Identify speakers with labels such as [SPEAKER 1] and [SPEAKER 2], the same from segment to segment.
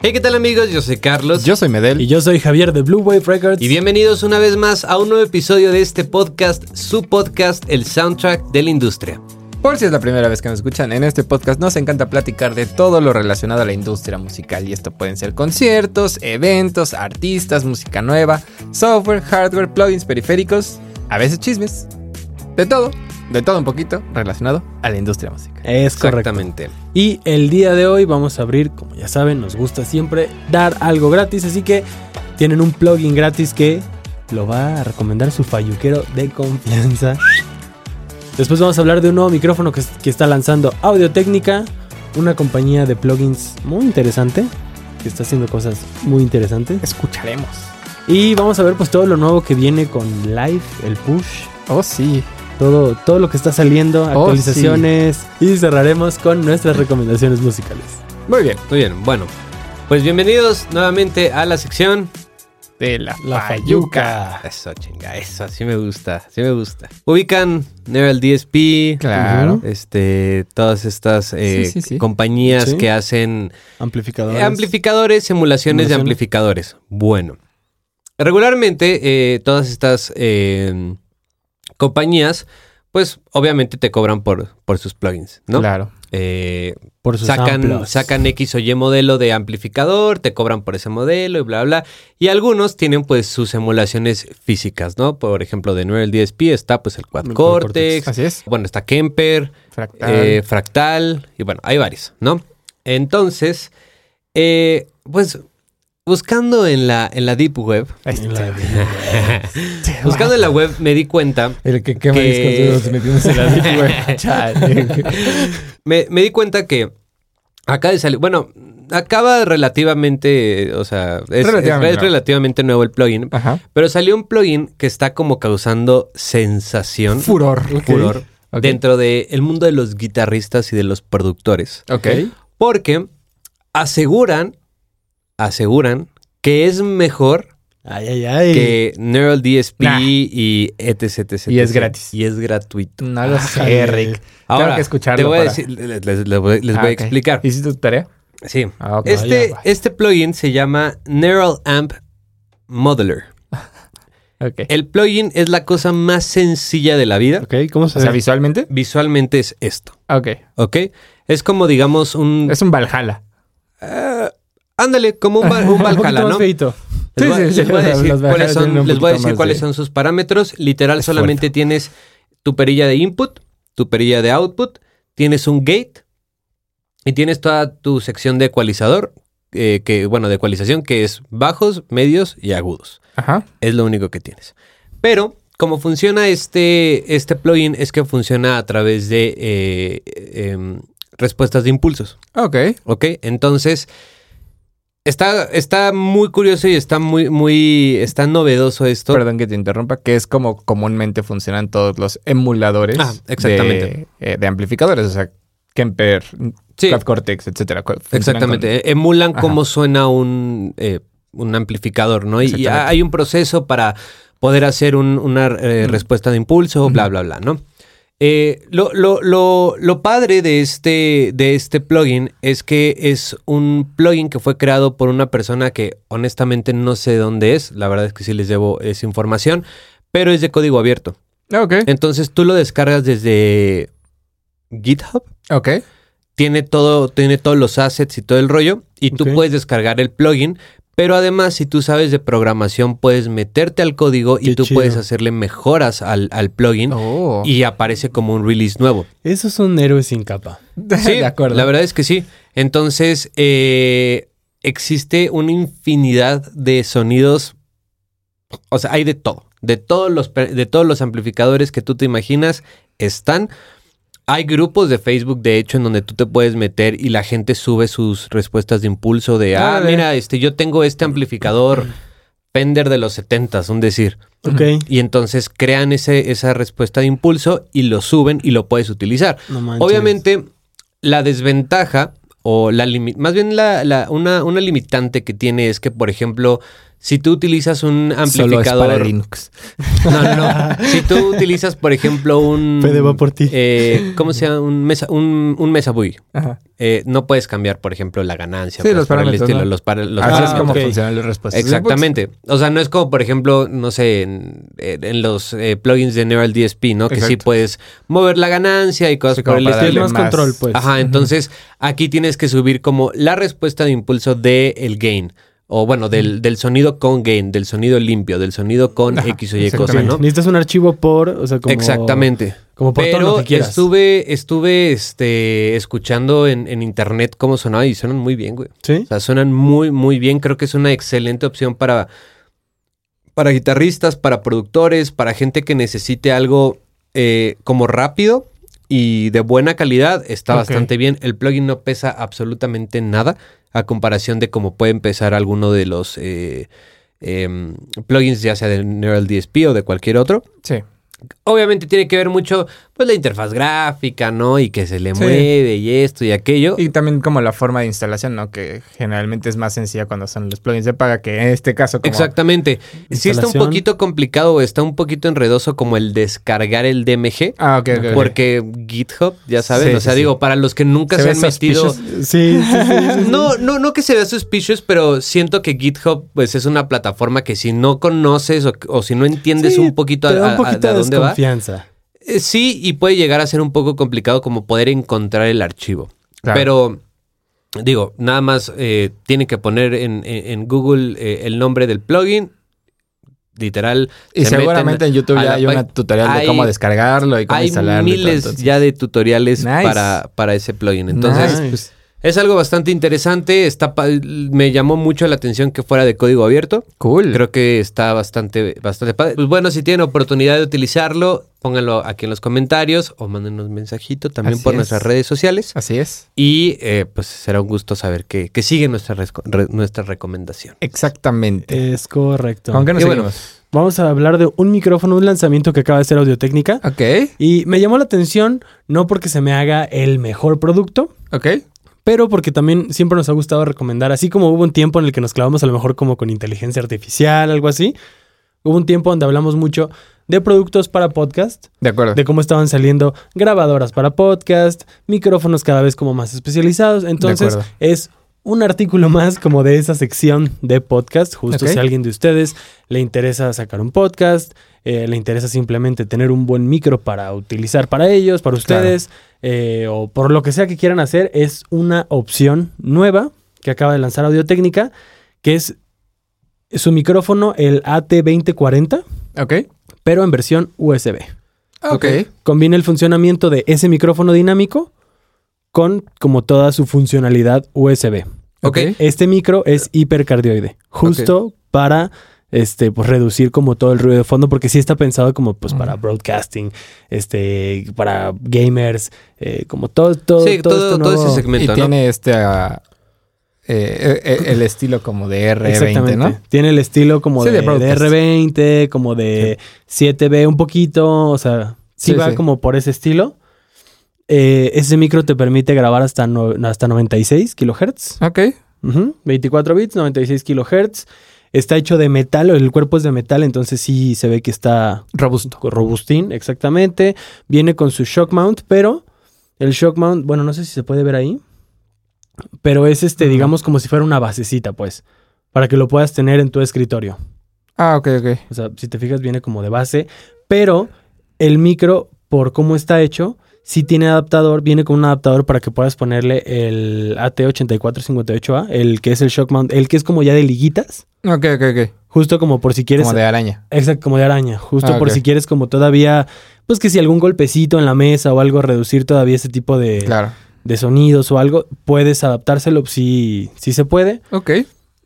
[SPEAKER 1] Hey, ¿qué tal amigos? Yo soy Carlos.
[SPEAKER 2] Yo soy Medel.
[SPEAKER 3] Y yo soy Javier de Blue Wave Records.
[SPEAKER 1] Y bienvenidos una vez más a un nuevo episodio de este podcast, su podcast, el soundtrack de la industria.
[SPEAKER 2] Por si es la primera vez que nos escuchan, en este podcast nos encanta platicar de todo lo relacionado a la industria musical y esto pueden ser conciertos, eventos, artistas, música nueva, software, hardware, plugins, periféricos, a veces chismes, de todo, de todo un poquito relacionado a la industria musical.
[SPEAKER 3] Es correcto.
[SPEAKER 1] Exactamente.
[SPEAKER 3] Y el día de hoy vamos a abrir, como ya saben, nos gusta siempre dar algo gratis, así que tienen un plugin gratis que lo va a recomendar su falluquero de confianza. Después vamos a hablar de un nuevo micrófono que, que está lanzando Audio Técnica, una compañía de plugins muy interesante, que está haciendo cosas muy interesantes.
[SPEAKER 2] Escucharemos.
[SPEAKER 3] Y vamos a ver pues todo lo nuevo que viene con Live, el push,
[SPEAKER 2] Oh, sí.
[SPEAKER 3] todo, todo lo que está saliendo,
[SPEAKER 2] Oh,
[SPEAKER 3] actualizaciones y cerraremos con nuestras recomendaciones musicales.
[SPEAKER 2] Muy bien.
[SPEAKER 1] Muy bien, bueno. Pues bienvenidos nuevamente a la sección. Ah,
[SPEAKER 2] De la,
[SPEAKER 3] La
[SPEAKER 2] Fayuca.
[SPEAKER 1] Eso, chinga, eso, así me gusta, así me gusta. Ubican Neural DSP,
[SPEAKER 2] Claro.
[SPEAKER 3] Ujú.
[SPEAKER 1] este, todas estas eh,
[SPEAKER 2] sí, sí.
[SPEAKER 1] compañías
[SPEAKER 3] Sí.
[SPEAKER 1] que hacen
[SPEAKER 3] Amplificadores.
[SPEAKER 1] Eh, Amplificadores, emulaciones de
[SPEAKER 3] Emulaciones.
[SPEAKER 1] amplificadores. Bueno. Regularmente, eh, todas estas eh, compañías, pues obviamente te cobran por, por sus plugins, ¿no?
[SPEAKER 2] Claro.
[SPEAKER 1] Eh,
[SPEAKER 3] por sus
[SPEAKER 1] sacan,
[SPEAKER 3] samples.
[SPEAKER 1] sacan X o Y modelo de amplificador, te cobran por ese modelo y bla, bla. Y algunos tienen pues sus emulaciones físicas, ¿no? Por ejemplo, de Neural DSP está pues el Quad
[SPEAKER 3] El Quad
[SPEAKER 1] Cortex,
[SPEAKER 2] Así es.
[SPEAKER 1] bueno, está Kemper,
[SPEAKER 2] Fractal.
[SPEAKER 1] eh, fractal, y bueno, hay varios, ¿no? Entonces, eh, pues buscando en la, en la Deep Web,
[SPEAKER 2] Este.
[SPEAKER 1] buscando en la web me di cuenta,
[SPEAKER 3] El que quema
[SPEAKER 1] Que-
[SPEAKER 3] discos duros metimos en la deep web.
[SPEAKER 1] me, me di cuenta que acaba de salir, bueno, acaba relativamente, eh, o sea, es es- es relativamente,
[SPEAKER 2] Relativamente nuevo.
[SPEAKER 1] nuevo el plugin,
[SPEAKER 2] Ajá.
[SPEAKER 1] pero salió un plugin que está como causando sensación,
[SPEAKER 2] Furor.
[SPEAKER 1] furor,
[SPEAKER 2] Ok.
[SPEAKER 1] dentro del mundo de los guitarristas y de los productores.
[SPEAKER 2] Ok.
[SPEAKER 1] Porque aseguran, aseguran que es mejor
[SPEAKER 3] Ay, ay, ay.
[SPEAKER 1] que Neural DSP
[SPEAKER 2] Nah.
[SPEAKER 1] y etc, etc.
[SPEAKER 2] Y es gratis.
[SPEAKER 1] Y es gratuito.
[SPEAKER 2] No lo sé,
[SPEAKER 3] Ájale.
[SPEAKER 2] Rick.
[SPEAKER 1] Ahora,
[SPEAKER 2] Tengo que escucharlo.
[SPEAKER 1] te voy a
[SPEAKER 2] para-
[SPEAKER 1] decir, les, les- les voy, les
[SPEAKER 2] Ah,
[SPEAKER 1] voy a
[SPEAKER 2] ok.
[SPEAKER 1] explicar.
[SPEAKER 2] ¿Hiciste tu tarea?
[SPEAKER 1] Sí.
[SPEAKER 2] Ah, ok.
[SPEAKER 1] Este,
[SPEAKER 2] Vaya,
[SPEAKER 1] este plugin se llama Neural Amp Modeler.
[SPEAKER 2] vaya. Ok.
[SPEAKER 1] El plugin es la cosa más sencilla de la vida.
[SPEAKER 3] Ok, ¿cómo
[SPEAKER 1] eh,
[SPEAKER 3] se
[SPEAKER 2] O sea,
[SPEAKER 3] sabe?
[SPEAKER 2] visualmente. ah,
[SPEAKER 1] Visualmente es esto,
[SPEAKER 2] Ok.
[SPEAKER 1] ¿ok? Es como, digamos, un...
[SPEAKER 2] Es un Valhalla.
[SPEAKER 1] ándale, como un, ba- un Valhalla, ¿no? Les
[SPEAKER 2] Sí,
[SPEAKER 1] voy, a-
[SPEAKER 2] sí, sí,
[SPEAKER 1] les voy a
[SPEAKER 2] los-
[SPEAKER 1] decir
[SPEAKER 2] los
[SPEAKER 1] cuáles
[SPEAKER 2] bajares
[SPEAKER 1] son,
[SPEAKER 2] tienen un
[SPEAKER 1] les voy a
[SPEAKER 2] poquito
[SPEAKER 1] decir
[SPEAKER 2] más
[SPEAKER 1] cuáles
[SPEAKER 2] de-
[SPEAKER 1] son sus parámetros. Literal,
[SPEAKER 2] Esfuerzo.
[SPEAKER 1] solamente tienes tu perilla de input, tu perilla de output, tienes un gate y tienes toda tu sección de ecualizador, eh, que, bueno, de ecualización, que es bajos, medios y agudos.
[SPEAKER 2] Ajá.
[SPEAKER 1] Es lo único que tienes. Pero, como funciona este, este plugin, es que funciona a través de eh, em, respuestas de impulsos.
[SPEAKER 2] Ok.
[SPEAKER 1] ¿Ok? Entonces, está, está muy curioso y está muy, muy, está novedoso esto.
[SPEAKER 2] Perdón que te interrumpa, que es como comúnmente funcionan todos los emuladores
[SPEAKER 1] Ah, exactamente.
[SPEAKER 2] De, eh, de amplificadores. O sea, Kemper,
[SPEAKER 1] Sí.
[SPEAKER 2] Quad Cortex, etcétera. cu- funcionan
[SPEAKER 1] Exactamente. Emulan
[SPEAKER 2] Ajá.
[SPEAKER 1] cómo suena un, eh, un amplificador, ¿no? Y- Y
[SPEAKER 2] Exactamente.
[SPEAKER 1] hay un proceso para poder hacer un- una
[SPEAKER 2] Mm.
[SPEAKER 1] eh, respuesta de impulso, bla, bla, bla, ¿no? Eh, lo, lo- lo- lo padre de este, de este plugin es que es un plugin que fue creado por una persona que honestamente no sé dónde es, la verdad es que sí les debo esa información, pero es de código abierto.
[SPEAKER 2] con- Ok.
[SPEAKER 1] Entonces tú lo descargas desde GitHub.
[SPEAKER 2] Ok.
[SPEAKER 1] Tiene todo, tiene todos los assets y todo el rollo. Y tú
[SPEAKER 3] Ok.
[SPEAKER 1] puedes descargar el plugin. Pero además, si tú sabes de programación, puedes meterte al código y
[SPEAKER 3] Qué
[SPEAKER 1] tú
[SPEAKER 3] chido.
[SPEAKER 1] puedes hacerle mejoras al, al plugin.
[SPEAKER 2] Oh.
[SPEAKER 1] Y aparece como un release nuevo.
[SPEAKER 3] Eso es un héroe sin capa.
[SPEAKER 1] Sí,
[SPEAKER 2] de acuerdo.
[SPEAKER 1] la verdad es que sí. Entonces, eh, existe una infinidad de sonidos. O sea, hay de todo. De todos los, pre- de todos los amplificadores que tú te imaginas están. Hay grupos de Facebook, de hecho, en donde tú te puedes meter y la gente sube sus respuestas de impulso de, ah,
[SPEAKER 2] Órale.
[SPEAKER 1] mira, este, yo tengo
[SPEAKER 2] Mm.
[SPEAKER 1] este amplificador Fender de los 70s, un decir.
[SPEAKER 3] Ok.
[SPEAKER 1] Y entonces crean ese, esa respuesta de impulso y lo suben y lo puedes utilizar.
[SPEAKER 3] No manches.
[SPEAKER 1] Obviamente, la desventaja o la limi- más bien la, la- una, una limitante que tiene es que, por ejemplo, Si tú utilizas un
[SPEAKER 2] Solo es para
[SPEAKER 1] amplificador.
[SPEAKER 2] Linux.
[SPEAKER 1] No, no, no. Si tú utilizas, por ejemplo, un.
[SPEAKER 3] Fede va por ti.
[SPEAKER 1] eh, ¿Cómo se llama? Un mesa, un, un mesa buoy.
[SPEAKER 2] Ajá.
[SPEAKER 1] Eh, no puedes cambiar, por ejemplo, la ganancia.
[SPEAKER 2] Sí,
[SPEAKER 1] cosas
[SPEAKER 2] los
[SPEAKER 1] por el
[SPEAKER 2] parámetros,
[SPEAKER 1] estilo,
[SPEAKER 2] ¿no?
[SPEAKER 1] los para- los
[SPEAKER 2] Así es
[SPEAKER 1] parámetros.
[SPEAKER 2] como
[SPEAKER 3] ok.
[SPEAKER 2] funcionan las respuestas.
[SPEAKER 1] Exactamente. O sea, no es como, por ejemplo, no sé, en, en los eh, plugins de Neural DSP, ¿no? Que sí
[SPEAKER 2] Exacto.
[SPEAKER 1] puedes mover la ganancia y cosas
[SPEAKER 2] Sí, como
[SPEAKER 1] pues, por el
[SPEAKER 2] para
[SPEAKER 1] estilo.
[SPEAKER 2] darle
[SPEAKER 3] Tienes más,
[SPEAKER 2] más-
[SPEAKER 3] control, pues.
[SPEAKER 1] Ajá, entonces aquí tienes que subir como la respuesta de impulso del el gain. O bueno, del, del sonido con gain, del sonido limpio, del sonido con
[SPEAKER 2] Ajá,
[SPEAKER 1] X o Y
[SPEAKER 3] Sí,
[SPEAKER 1] cosa, ¿no?
[SPEAKER 3] Necesitas un archivo por, o sea, como...
[SPEAKER 1] Exactamente.
[SPEAKER 3] Como por todo lo
[SPEAKER 1] Pero
[SPEAKER 3] que quieras.
[SPEAKER 1] estuve, estuve este, escuchando en, en internet cómo sonaba y suenan muy bien, güey.
[SPEAKER 3] ¿Sí?
[SPEAKER 1] O sea, suenan muy, muy bien. Creo que es una excelente opción para, para guitarristas, para productores, para gente que necesite algo eh, como rápido y de buena calidad. Está
[SPEAKER 3] Ok.
[SPEAKER 1] bastante bien. El plugin no pesa absolutamente nada a comparación de cómo puede empezar alguno de los eh, em, plugins, ya sea de Neural DSP o de cualquier otro.
[SPEAKER 2] Sí.
[SPEAKER 1] Obviamente tiene que ver mucho, pues, la interfaz gráfica, ¿no? Y que se le
[SPEAKER 2] Sí.
[SPEAKER 1] mueve y esto y aquello.
[SPEAKER 2] Y también como la forma de instalación, ¿no? Que generalmente es más sencilla cuando son los plugins de paga que en este caso como...
[SPEAKER 1] Exactamente. Sí está un
[SPEAKER 3] Instalación.
[SPEAKER 1] poquito complicado, está un poquito enredoso como el descargar el DMG,
[SPEAKER 2] Ah, ok, ok, ok.
[SPEAKER 1] porque GitHub, ya sabes,
[SPEAKER 2] Sí,
[SPEAKER 1] o sea,
[SPEAKER 2] sí, sí.
[SPEAKER 1] digo, para los que nunca se,
[SPEAKER 2] ve
[SPEAKER 1] han metido...
[SPEAKER 2] suspicious?
[SPEAKER 3] Sí, sí, sí.
[SPEAKER 1] No, no, no que se vea suspicious, pero siento que GitHub pues es una plataforma que si no conoces o, o si no entiendes
[SPEAKER 3] Sí,
[SPEAKER 1] un poquito, a,
[SPEAKER 3] te da
[SPEAKER 1] a-
[SPEAKER 3] un poquito
[SPEAKER 1] a
[SPEAKER 3] de
[SPEAKER 1] dónde va,
[SPEAKER 3] desconfianza.
[SPEAKER 1] eh, sí, y puede llegar a ser un poco complicado como poder encontrar el archivo.
[SPEAKER 2] Claro.
[SPEAKER 1] Pero, digo, nada más eh, tienen que poner en, en- en Google eh, el nombre del plugin. Literal.
[SPEAKER 2] Y
[SPEAKER 1] se meten
[SPEAKER 2] seguramente en YouTube
[SPEAKER 1] a
[SPEAKER 2] ya
[SPEAKER 1] la
[SPEAKER 2] hay una
[SPEAKER 1] pa-
[SPEAKER 2] tutorial de
[SPEAKER 1] hay-
[SPEAKER 2] cómo descargarlo y cómo
[SPEAKER 1] Hay
[SPEAKER 2] instalarlo. y todo,
[SPEAKER 1] miles
[SPEAKER 2] entonces.
[SPEAKER 1] ya de tutoriales
[SPEAKER 2] Nice.
[SPEAKER 1] para, para ese plugin. Entonces,
[SPEAKER 2] Nice, pues,
[SPEAKER 1] es algo bastante interesante. Está pa- me llamó mucho la atención que fuera de código abierto.
[SPEAKER 2] cool.
[SPEAKER 1] Creo que está bastante, bastante padre. Pues bueno, si tienen oportunidad de utilizarlo, pónganlo aquí en los comentarios o mándenos un mensajito también
[SPEAKER 2] Así
[SPEAKER 1] por
[SPEAKER 2] es.
[SPEAKER 1] nuestras redes sociales.
[SPEAKER 2] Así es.
[SPEAKER 1] Y eh, pues será un gusto saber que, que sigue nuestra, resco- re- nuestra recomendación.
[SPEAKER 2] Exactamente.
[SPEAKER 3] Es correcto.
[SPEAKER 2] ¿Con qué nos
[SPEAKER 1] y bueno,
[SPEAKER 2] seguimos?
[SPEAKER 3] Vamos a hablar de un micrófono, un lanzamiento que acaba de hacer Audiotécnica.
[SPEAKER 2] Ok,
[SPEAKER 3] Y me llamó la atención, no porque se me haga el mejor producto,
[SPEAKER 2] ok.
[SPEAKER 3] pero porque también siempre nos ha gustado recomendar, así como hubo un tiempo en el que nos clavamos a lo mejor como con inteligencia artificial, algo así, hubo un tiempo donde hablamos mucho de productos para podcast,
[SPEAKER 2] De acuerdo.
[SPEAKER 3] de cómo estaban saliendo grabadoras para podcast, micrófonos cada vez como más especializados, entonces
[SPEAKER 2] acuerdo.
[SPEAKER 3] es un artículo más como de esa sección de podcast, justo
[SPEAKER 2] Ok.
[SPEAKER 3] si a alguien de ustedes le interesa sacar un podcast, eh, le interesa simplemente tener un buen micro para utilizar para ellos, para ustedes, eh, o por lo que sea que quieran hacer, es una opción nueva que acaba de lanzar Audiotécnica, que es su micrófono, el AT2040,
[SPEAKER 2] Ok. Ah,
[SPEAKER 3] pero en versión USB.
[SPEAKER 2] Ok.
[SPEAKER 3] Combina el funcionamiento de ese micrófono dinámico con como toda su funcionalidad USB.
[SPEAKER 2] Ok.
[SPEAKER 3] Este micro es hipercardioide, justo para este, pues, reducir como todo el ruido de fondo, porque sí está pensado como pues
[SPEAKER 1] Mm.
[SPEAKER 3] para broadcasting, este, para gamers, eh, como todo, todo,
[SPEAKER 1] sí, todo, todo
[SPEAKER 3] este nuevo-
[SPEAKER 1] ese
[SPEAKER 2] Y
[SPEAKER 1] segmento, ¿no?
[SPEAKER 2] tiene este... ah, eh, eh, eh, el estilo como de R20,
[SPEAKER 3] Exactamente.
[SPEAKER 2] ¿no?
[SPEAKER 3] Tiene el estilo como
[SPEAKER 2] Sí,
[SPEAKER 3] de,
[SPEAKER 2] de
[SPEAKER 3] de
[SPEAKER 2] broadcast.
[SPEAKER 3] R20, como de 7B un poquito, o sea, sí,
[SPEAKER 2] Sí,
[SPEAKER 3] va
[SPEAKER 2] sí.
[SPEAKER 3] como por ese estilo. Eh, ese micro te permite grabar hasta, no- hasta 96 kilohertz.
[SPEAKER 2] Ok.
[SPEAKER 3] Ujú, 24 bits, 96 kilohertz. Está hecho de metal, el cuerpo es de metal, entonces sí se ve que está
[SPEAKER 2] Robusto.
[SPEAKER 3] robustín, exactamente. Viene con su shock mount, pero el shock mount, bueno, no sé si se puede ver ahí, pero es este,
[SPEAKER 2] Ujú.
[SPEAKER 3] digamos, como si fuera una basecita, pues, para que lo puedas tener en tu escritorio.
[SPEAKER 2] Ah, ok, ok.
[SPEAKER 3] O sea, si te fijas, viene como de base, pero el micro, por cómo está hecho, sí tiene adaptador, viene con un adaptador para que puedas ponerle el AT8458A, el que es el shock mount, el que es como ya de liguitas,
[SPEAKER 2] Ok, ok, ok.
[SPEAKER 3] justo como por si quieres
[SPEAKER 2] Como de araña.
[SPEAKER 3] Exacto, como de araña. Justo
[SPEAKER 2] Ah,
[SPEAKER 3] por
[SPEAKER 2] ok.
[SPEAKER 3] si quieres como todavía, pues que si algún golpecito en la mesa o algo, reducir todavía ese tipo de,
[SPEAKER 2] Claro.
[SPEAKER 3] de sonidos o algo, puedes adaptárselo si, si se puede.
[SPEAKER 2] Ok.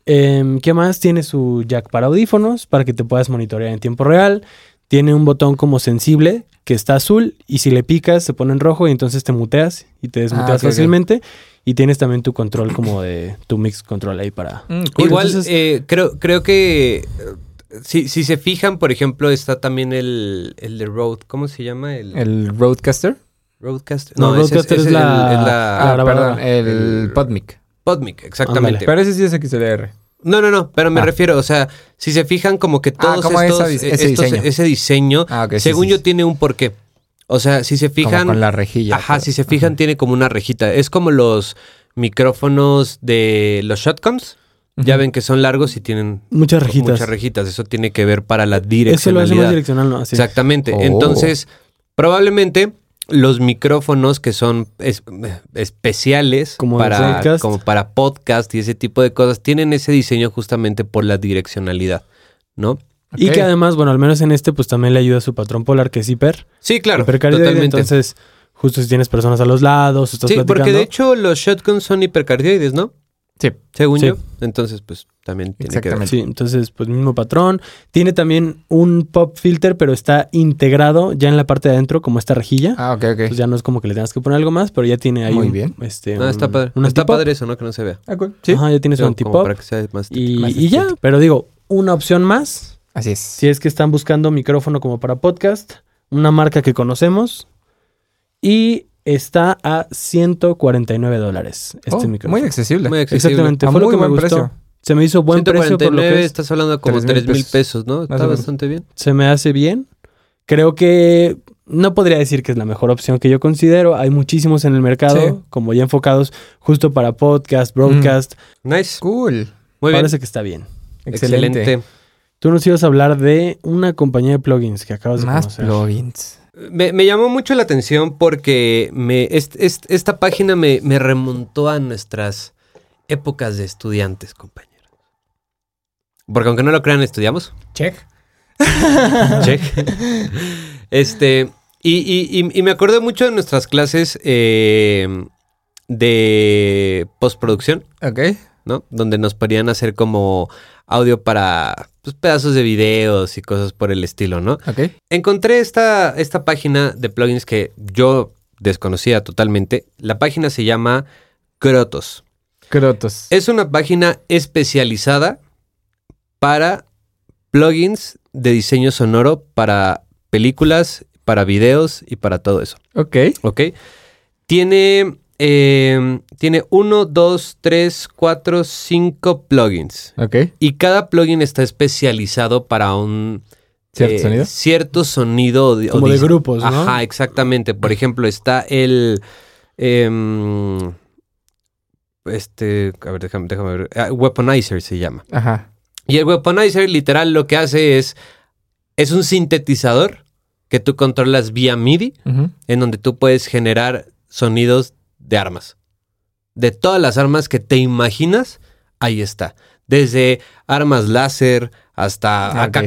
[SPEAKER 3] Em, ¿Qué más? Tiene su jack para audífonos para que te puedas monitorear en tiempo real. Tiene un botón como sensible que está azul y si le picas se pone en rojo y entonces te muteas y te desmuteas
[SPEAKER 2] Ah, ok, ok.
[SPEAKER 3] fácilmente. Y tienes también tu control como de tu mix control ahí para...
[SPEAKER 2] Mm, cool.
[SPEAKER 1] Igual,
[SPEAKER 3] entonces-
[SPEAKER 1] eh, creo, creo que eh, si, si se fijan, por ejemplo, está también el, el de Road, ¿cómo se llama? El,
[SPEAKER 2] El Roadcaster.
[SPEAKER 1] Roadcast.
[SPEAKER 3] No,
[SPEAKER 1] ese
[SPEAKER 3] Roadcaster
[SPEAKER 1] ese
[SPEAKER 3] es la-
[SPEAKER 1] el- es
[SPEAKER 3] Ah,
[SPEAKER 2] Ah,
[SPEAKER 1] la
[SPEAKER 3] grabadora.
[SPEAKER 2] perdón. El,
[SPEAKER 1] El-
[SPEAKER 2] Podmic.
[SPEAKER 1] Podmic, exactamente.
[SPEAKER 2] Pero ese sí es XLR.
[SPEAKER 1] No, no, no, pero me
[SPEAKER 2] Ah.
[SPEAKER 1] refiero, o sea, si se fijan como que todos
[SPEAKER 2] como
[SPEAKER 1] estos,
[SPEAKER 2] esa- ese
[SPEAKER 1] estos-
[SPEAKER 2] diseño.
[SPEAKER 1] ese diseño,
[SPEAKER 2] Ah, ok, sí,
[SPEAKER 1] según
[SPEAKER 2] sí,
[SPEAKER 1] yo
[SPEAKER 2] sí.
[SPEAKER 1] tiene un porqué. O sea, si se
[SPEAKER 2] Como
[SPEAKER 1] fijan,
[SPEAKER 2] con la rejilla.
[SPEAKER 1] ajá,
[SPEAKER 2] todo.
[SPEAKER 1] si se fijan tiene como una rejita, es como los micrófonos de los shotguns. Ya
[SPEAKER 2] Ujú.
[SPEAKER 1] ven que son largos y tienen
[SPEAKER 3] Muchas rejitas.
[SPEAKER 1] muchas rejitas, eso tiene que ver para la
[SPEAKER 3] Eso lo
[SPEAKER 1] direccionalidad.
[SPEAKER 3] hace más direccional, ¿no? Así.
[SPEAKER 1] Exactamente.
[SPEAKER 2] Oh.
[SPEAKER 1] Entonces, probablemente los micrófonos que son es- especiales
[SPEAKER 3] Como de
[SPEAKER 1] para
[SPEAKER 3] podcast.
[SPEAKER 1] como para podcast y ese tipo de cosas tienen ese diseño justamente por la direccionalidad, ¿no?
[SPEAKER 3] Y
[SPEAKER 2] Ok.
[SPEAKER 3] que además, bueno, al menos en este, pues también le ayuda a su patrón polar, que es hiper.
[SPEAKER 1] Sí, claro,
[SPEAKER 3] hipercardioide,
[SPEAKER 1] totalmente.
[SPEAKER 3] Entonces, justo si tienes personas a los lados, estás
[SPEAKER 1] sí,
[SPEAKER 3] platicando.
[SPEAKER 1] porque de hecho los shotguns son hipercardioides, ¿no?
[SPEAKER 2] Sí.
[SPEAKER 1] Según
[SPEAKER 3] Sí.
[SPEAKER 1] yo. Entonces, pues también tiene que ver.
[SPEAKER 2] Exactamente.
[SPEAKER 3] Sí, entonces, pues mismo patrón. Tiene también un pop filter, pero está integrado ya en la parte de adentro, como esta rejilla.
[SPEAKER 2] Ah, ok, ok.
[SPEAKER 3] Pues ya no es como que le tengas que poner algo más, pero ya tiene ahí.
[SPEAKER 2] Muy
[SPEAKER 3] un-
[SPEAKER 2] bien.
[SPEAKER 3] Este,
[SPEAKER 1] No,
[SPEAKER 3] un-
[SPEAKER 1] Ah, está padre.
[SPEAKER 3] un
[SPEAKER 1] Está
[SPEAKER 3] antipop.
[SPEAKER 1] padre eso, ¿no? Que no se vea.
[SPEAKER 2] Ah, cool. Sí.
[SPEAKER 3] Ajá, ya tienes un
[SPEAKER 1] Como
[SPEAKER 3] antipop.
[SPEAKER 1] para que sea más-
[SPEAKER 3] Y,
[SPEAKER 2] más
[SPEAKER 3] y ya,
[SPEAKER 2] estético.
[SPEAKER 3] pero digo, una opción más.
[SPEAKER 2] Así es.
[SPEAKER 3] Si es que están buscando micrófono como para podcast, una marca que conocemos. Y está a 149 dólares este
[SPEAKER 2] Oh,
[SPEAKER 3] micrófono.
[SPEAKER 2] muy accesible.
[SPEAKER 1] Muy accesible.
[SPEAKER 3] Exactamente,
[SPEAKER 2] A
[SPEAKER 3] fue lo
[SPEAKER 2] muy
[SPEAKER 3] que me
[SPEAKER 2] buen
[SPEAKER 3] gustó.
[SPEAKER 2] precio.
[SPEAKER 3] Se me hizo buen precio por lo
[SPEAKER 1] 149,
[SPEAKER 3] que es.
[SPEAKER 1] estás hablando como
[SPEAKER 2] 3,000
[SPEAKER 1] 3 mil
[SPEAKER 2] pesos.
[SPEAKER 1] pesos, ¿no?
[SPEAKER 2] o
[SPEAKER 1] Está
[SPEAKER 2] menos.
[SPEAKER 1] bastante bien.
[SPEAKER 3] se me hace bien. Creo que no podría decir que es la mejor opción que yo considero. Hay muchísimos en el mercado,
[SPEAKER 2] Sí. Mm,
[SPEAKER 3] como ya enfocados justo para podcast, broadcast.
[SPEAKER 1] Nice.
[SPEAKER 2] Cool.
[SPEAKER 1] Muy bien.
[SPEAKER 3] Parece que está bien.
[SPEAKER 2] Excelente.
[SPEAKER 1] Excelente.
[SPEAKER 3] Tú nos ibas a hablar de una compañía de plugins que acabas de
[SPEAKER 2] Más
[SPEAKER 3] conocer.
[SPEAKER 2] plugins.
[SPEAKER 1] Me, me llamó mucho la atención porque me, est- est- esta página me, me remontó a nuestras épocas de estudiantes, compañeros. Porque aunque no lo crean, estudiamos.
[SPEAKER 2] Check.
[SPEAKER 1] Check. Este, y, y- y- y me acordé mucho de nuestras clases eh, de postproducción,
[SPEAKER 2] Ok.
[SPEAKER 1] ¿no? Donde nos ponían a hacer como audio para pues, pedazos de videos y cosas por el estilo, ¿no?
[SPEAKER 2] Ok.
[SPEAKER 1] Encontré esta, esta página de plugins que yo desconocía totalmente. La página se llama Crotos.
[SPEAKER 2] Crotos.
[SPEAKER 1] Es una página especializada para plugins de diseño sonoro para películas, para videos y para todo eso.
[SPEAKER 2] Ok.
[SPEAKER 1] ¿Ok? Tiene, eh, tiene uno, dos, tres, cuatro, cinco plugins.
[SPEAKER 2] Ok.
[SPEAKER 1] Y cada plugin está especializado para un...
[SPEAKER 2] ¿Cierto
[SPEAKER 1] eh,
[SPEAKER 2] sonido?
[SPEAKER 1] Cierto sonido. o di- o
[SPEAKER 3] Como de
[SPEAKER 1] dis-
[SPEAKER 3] grupos, ¿no?
[SPEAKER 1] Ajá, exactamente. Por ejemplo, está el... em, este... A ver, déjame, déjame ver. Ah, Weaponizer se llama.
[SPEAKER 2] Ajá.
[SPEAKER 1] Y el Weaponizer literal lo que hace es... Es un sintetizador que tú controlas vía MIDI
[SPEAKER 2] Ujú.
[SPEAKER 1] en donde tú puedes generar sonidos de armas. De todas las armas que te imaginas, ahí está. Desde armas láser hasta
[SPEAKER 2] Ah, ok.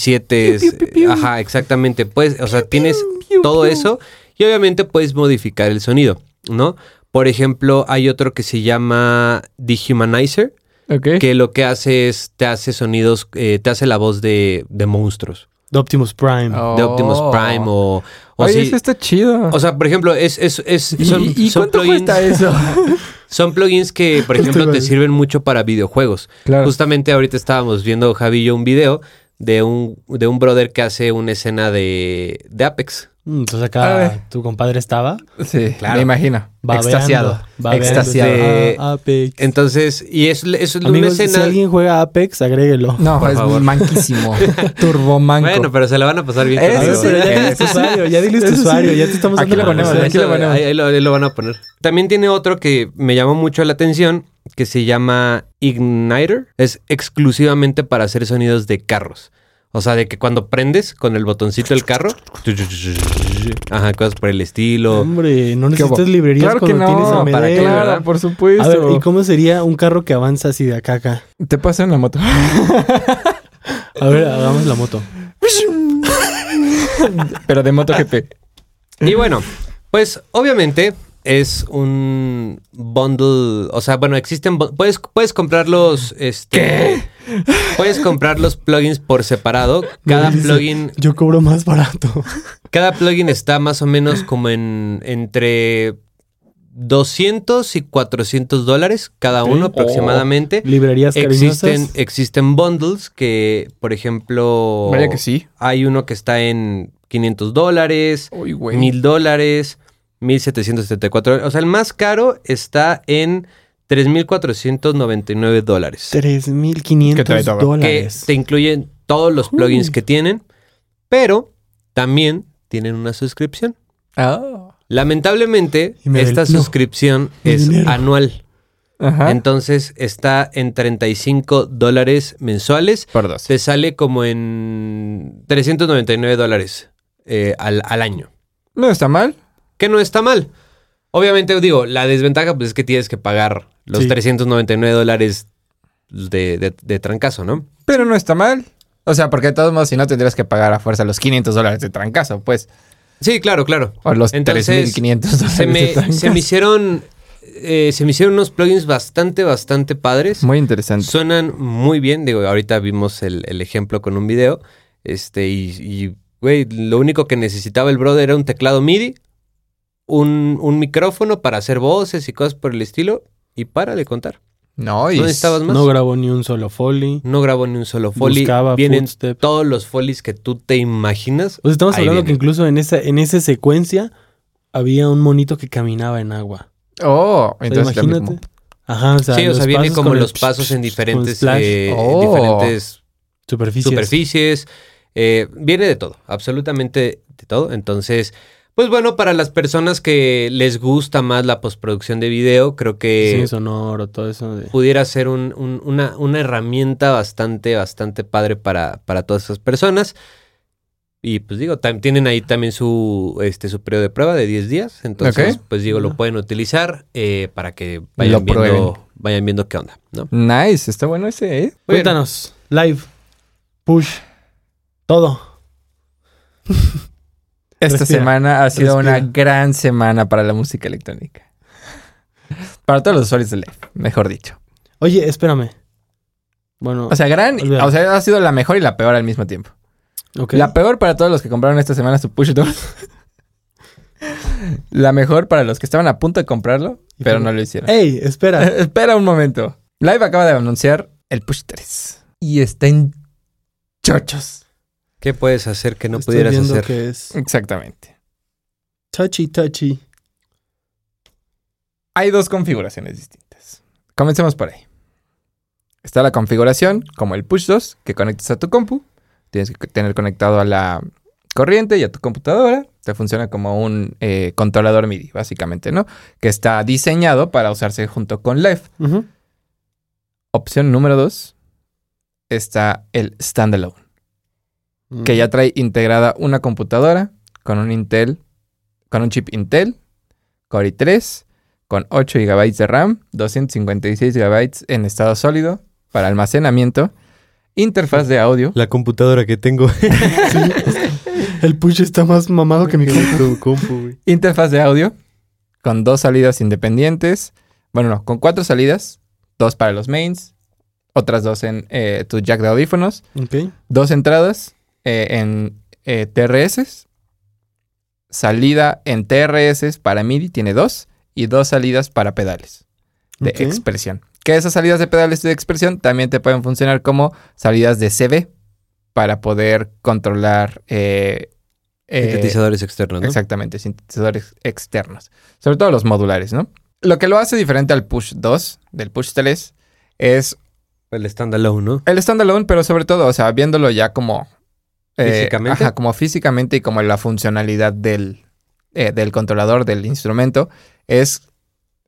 [SPEAKER 2] Piu, piu, piu,
[SPEAKER 1] AK-47.
[SPEAKER 2] piu.
[SPEAKER 1] Ajá, exactamente. Pues, o sea, tienes todo eso y obviamente puedes modificar el sonido, ¿no? Por ejemplo, hay otro que se llama Dehumanizer,
[SPEAKER 2] Ok.
[SPEAKER 1] que lo que hace es, te hace sonidos, eh, te hace la voz de, de monstruos,
[SPEAKER 3] De Optimus Prime.
[SPEAKER 2] Oh.
[SPEAKER 1] de Optimus Prime o... o
[SPEAKER 2] Oye,
[SPEAKER 1] si-
[SPEAKER 2] eso está chido.
[SPEAKER 1] o sea, por ejemplo, es, es, es,
[SPEAKER 2] ¿Y,
[SPEAKER 1] son,
[SPEAKER 2] y- y
[SPEAKER 1] son
[SPEAKER 2] cuánto
[SPEAKER 1] plugins,
[SPEAKER 2] cuesta eso?
[SPEAKER 1] son plugins que, por ejemplo, te
[SPEAKER 3] mal.
[SPEAKER 1] sirven mucho para videojuegos.
[SPEAKER 2] claro.
[SPEAKER 1] Justamente ahorita estábamos viendo, Javi y yo, un video de un, de un brother que hace una escena de, de Apex.
[SPEAKER 3] Mm, Entonces
[SPEAKER 2] A ver.
[SPEAKER 3] acá tu compadre estaba
[SPEAKER 2] sí,
[SPEAKER 1] Claro.
[SPEAKER 2] me imagino.
[SPEAKER 3] babeando,
[SPEAKER 1] Extasiado,
[SPEAKER 3] babeando,
[SPEAKER 1] extasiado.
[SPEAKER 2] Eh,
[SPEAKER 3] estaba, "Ah, Apex.
[SPEAKER 1] Entonces, y es, es una
[SPEAKER 3] Amigos, si
[SPEAKER 1] escena...
[SPEAKER 3] alguien juega Apex, agréguelo.
[SPEAKER 2] No,
[SPEAKER 1] Por
[SPEAKER 2] es
[SPEAKER 1] favor.
[SPEAKER 2] manquísimo. Turbo
[SPEAKER 1] Bueno, pero se la van a pasar bien. con
[SPEAKER 2] Eso
[SPEAKER 3] A ver,
[SPEAKER 1] algo,
[SPEAKER 2] sí,
[SPEAKER 3] pero
[SPEAKER 1] ¿verdad?
[SPEAKER 3] ya
[SPEAKER 2] eso
[SPEAKER 3] diles tu
[SPEAKER 2] sí.
[SPEAKER 3] usuario, ya diles tu
[SPEAKER 2] Eso sí.
[SPEAKER 3] usuario, ya te estamos
[SPEAKER 2] Aquí
[SPEAKER 3] dando la
[SPEAKER 2] lo ponemos,
[SPEAKER 3] palabra.
[SPEAKER 2] aquí lo ponemos.
[SPEAKER 1] Ahí, ahí lo, ahí lo van a poner. También tiene otro que me llamó mucho la atención, que se llama Igniter. Es exclusivamente para hacer sonidos de carros. O sea, de que cuando prendes con el botoncito el carro, ajá, cosas por el estilo.
[SPEAKER 3] Hombre, no
[SPEAKER 2] ¿Qué hubo?
[SPEAKER 3] necesitas librerías
[SPEAKER 2] Claro que
[SPEAKER 3] cuando tienes
[SPEAKER 2] no.
[SPEAKER 3] Amedeo.
[SPEAKER 1] ¿para qué,
[SPEAKER 2] claro,
[SPEAKER 1] verdad?
[SPEAKER 2] por supuesto.
[SPEAKER 3] A ver, ¿y cómo sería un carro que avanza así de acá a acá?
[SPEAKER 2] Te pasa en la moto.
[SPEAKER 3] A ver, hagamos la moto.
[SPEAKER 2] pero de MotoGP.
[SPEAKER 1] Y bueno, pues obviamente es un bundle, o sea, bueno, existen bu- puedes puedes comprar los este puedes comprar los plugins por separado. Cada
[SPEAKER 3] Dice,
[SPEAKER 1] plugin
[SPEAKER 3] Yo cobro más barato.
[SPEAKER 1] Cada plugin está más o menos como en entre 200 y 400 dólares cada uno
[SPEAKER 3] Ok.
[SPEAKER 1] aproximadamente.
[SPEAKER 3] Librerías
[SPEAKER 1] Existen,
[SPEAKER 3] cariñosas.
[SPEAKER 1] existen bundles que, por ejemplo,
[SPEAKER 2] Vaya que sí.
[SPEAKER 1] hay uno que está en 500 dólares,
[SPEAKER 2] Uy, güey.
[SPEAKER 1] 1000 dólares, 1774. O sea, el más caro está en 3.499 dólares.
[SPEAKER 3] 3.500
[SPEAKER 2] todo.
[SPEAKER 1] Que
[SPEAKER 3] dólares.
[SPEAKER 1] te incluyen todos los plugins
[SPEAKER 3] Uy.
[SPEAKER 1] que tienen, pero también tienen una suscripción.
[SPEAKER 2] Ah.
[SPEAKER 1] Lamentablemente,
[SPEAKER 3] Y me
[SPEAKER 1] esta
[SPEAKER 3] del- no.
[SPEAKER 1] suscripción
[SPEAKER 3] Mi
[SPEAKER 1] es
[SPEAKER 3] dinero.
[SPEAKER 1] anual.
[SPEAKER 2] Ajá.
[SPEAKER 1] Entonces está en 35 dólares mensuales.
[SPEAKER 2] Por dos.
[SPEAKER 1] Te sale como en 399 dólares eh, al, al año.
[SPEAKER 2] No está mal.
[SPEAKER 1] Que no está mal. Obviamente, digo, la desventaja pues, es que tienes que pagar los
[SPEAKER 3] Sí.
[SPEAKER 1] 399 dólares de, de- de trancazo, ¿no?
[SPEAKER 2] Pero no está mal. O sea, porque de todos modos, si no tendrías que pagar a fuerza los 500 dólares de trancazo, pues.
[SPEAKER 1] Sí, claro, claro.
[SPEAKER 2] O los
[SPEAKER 1] Entonces,
[SPEAKER 2] 3500 dólares
[SPEAKER 1] Se
[SPEAKER 2] de
[SPEAKER 1] me,
[SPEAKER 2] trancazo.
[SPEAKER 1] se me hicieron. eh, se me hicieron unos plugins bastante, bastante padres.
[SPEAKER 2] Muy interesante.
[SPEAKER 1] Suenan muy bien. Digo, ahorita vimos el, el ejemplo con un video. Este, y, y, güey, lo único que necesitaba el brother era un teclado MIDI, un, un micrófono para hacer voces y cosas por el estilo. Y para de contar.
[SPEAKER 2] No, y.
[SPEAKER 1] ¿Dónde estabas más?
[SPEAKER 3] No grabó ni un solo foley.
[SPEAKER 1] No grabó ni un solo foley.
[SPEAKER 3] Buscaba
[SPEAKER 1] Vienen
[SPEAKER 3] footstep.
[SPEAKER 1] todos los folies que tú te imaginas.
[SPEAKER 3] O sea, estamos
[SPEAKER 1] Ahí
[SPEAKER 3] hablando
[SPEAKER 1] viene.
[SPEAKER 3] que incluso en esa, en esa secuencia había un monito que caminaba en agua.
[SPEAKER 2] Oh,
[SPEAKER 3] O sea,
[SPEAKER 2] entonces también
[SPEAKER 3] imagínate. Ajá, o sea,
[SPEAKER 1] sí, o
[SPEAKER 3] los
[SPEAKER 1] sea, viene
[SPEAKER 3] pasos
[SPEAKER 1] como
[SPEAKER 3] con el
[SPEAKER 1] los
[SPEAKER 3] psh,
[SPEAKER 1] pasos
[SPEAKER 3] psh,
[SPEAKER 1] en
[SPEAKER 3] psh, con
[SPEAKER 1] diferentes,
[SPEAKER 3] splash,
[SPEAKER 1] eh,
[SPEAKER 2] Oh.
[SPEAKER 1] diferentes
[SPEAKER 3] superficies.
[SPEAKER 1] superficies. eh, viene de todo, absolutamente de todo. Entonces, pues bueno, para las personas que les gusta más la postproducción de video, creo que
[SPEAKER 3] Sí, sonoro, todo eso. de-
[SPEAKER 1] pudiera ser un- un- una, una herramienta bastante, bastante padre para, para todas esas personas. Y pues digo, tam- tienen ahí también su, este, su periodo de prueba de 10 días. Entonces,
[SPEAKER 2] Ok.
[SPEAKER 1] pues digo, lo
[SPEAKER 3] Ah.
[SPEAKER 1] pueden utilizar eh, para que
[SPEAKER 2] Lo
[SPEAKER 1] vayan
[SPEAKER 2] prueben.
[SPEAKER 1] viendo, vayan viendo qué onda, ¿no?
[SPEAKER 2] como- Nice, está bueno ese, ¿eh?
[SPEAKER 1] Bueno.
[SPEAKER 3] Cuéntanos, live, push, todo.
[SPEAKER 2] Esta
[SPEAKER 3] Respira,
[SPEAKER 2] semana ha sido
[SPEAKER 3] respira.
[SPEAKER 2] una gran semana para la música electrónica. Para todos los usuarios de Live, mejor dicho.
[SPEAKER 3] Oye, espérame. Bueno,
[SPEAKER 2] O sea, gran,
[SPEAKER 3] Olvídalo.
[SPEAKER 2] o sea, ha sido la mejor y la peor al mismo tiempo.
[SPEAKER 3] ok.
[SPEAKER 2] La peor para todos los que compraron esta semana su Push 2. la mejor para los que estaban a punto de comprarlo,
[SPEAKER 3] Y
[SPEAKER 2] pero
[SPEAKER 3] fue-
[SPEAKER 2] no lo hicieron.
[SPEAKER 3] ¡Ey! Espera.
[SPEAKER 2] Espera un momento. Live acaba de anunciar el Push 3. Y está en chochos.
[SPEAKER 1] ¿Qué puedes hacer que no
[SPEAKER 3] Estoy
[SPEAKER 1] pudieras
[SPEAKER 3] viendo
[SPEAKER 1] hacer?
[SPEAKER 3] que es
[SPEAKER 2] Exactamente.
[SPEAKER 3] touchy, touchy.
[SPEAKER 2] Hay dos configuraciones distintas. Comencemos por ahí. Está la configuración como el Push 2 que conectas a tu compu. Tienes que tener conectado a la corriente y a tu computadora. Te funciona como un eh, controlador MIDI, básicamente, ¿no? Que está diseñado para usarse junto con Live.
[SPEAKER 3] Ujú.
[SPEAKER 2] Opción número 2 está el Standalone.
[SPEAKER 3] Mm.
[SPEAKER 2] que ya trae integrada una computadora con un Intel, con un chip Intel, Core i3, con 8 GB de RAM, 256 GB en estado sólido para almacenamiento, interfaz de audio.
[SPEAKER 1] La computadora que tengo.
[SPEAKER 3] El push está más mamado que mi compu. güey.
[SPEAKER 2] Interfaz de audio con dos salidas independientes. Bueno, no, con cuatro salidas, dos para los mains, otras dos en eh, tu jack de audífonos,
[SPEAKER 3] Ok.
[SPEAKER 2] dos entradas eh, en eh, TRS, salida en TRS para MIDI tiene dos y dos salidas para pedales de
[SPEAKER 3] Ok.
[SPEAKER 2] expresión. Que esas salidas de pedales de expresión también te pueden funcionar como salidas de CB para poder controlar eh, eh,
[SPEAKER 1] Sintetizadores externos, ¿no?
[SPEAKER 2] Exactamente, sintetizadores externos. Sobre todo los modulares, ¿no? Lo que lo hace diferente al Push 2, del Push 3, es
[SPEAKER 1] El standalone, ¿no?
[SPEAKER 2] el standalone, pero sobre todo, o sea, viéndolo ya como... eh,
[SPEAKER 1] ¿Físicamente?
[SPEAKER 2] Ajá, como físicamente y como la funcionalidad del, eh, del controlador, del instrumento, es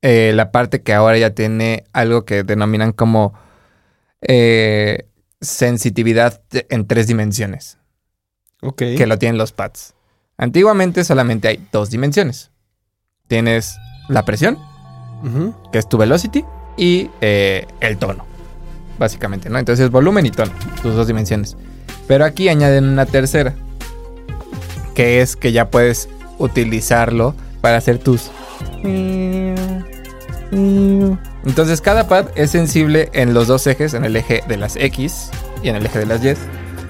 [SPEAKER 2] eh, la parte que ahora ya tiene algo que denominan como eh, sensitividad de- en tres dimensiones,
[SPEAKER 3] Ok.
[SPEAKER 2] que lo tienen los pads. Antiguamente solamente hay dos dimensiones. Tienes la presión
[SPEAKER 3] Ujú.
[SPEAKER 2] que es tu velocity, y eh, el tono, básicamente, ¿no? Entonces volumen y tono, tus dos dimensiones. Pero aquí añaden una tercera, que es que ya puedes utilizarlo para hacer tus... Entonces cada pad es sensible en los dos ejes, en el eje de las X y en el eje de las Y.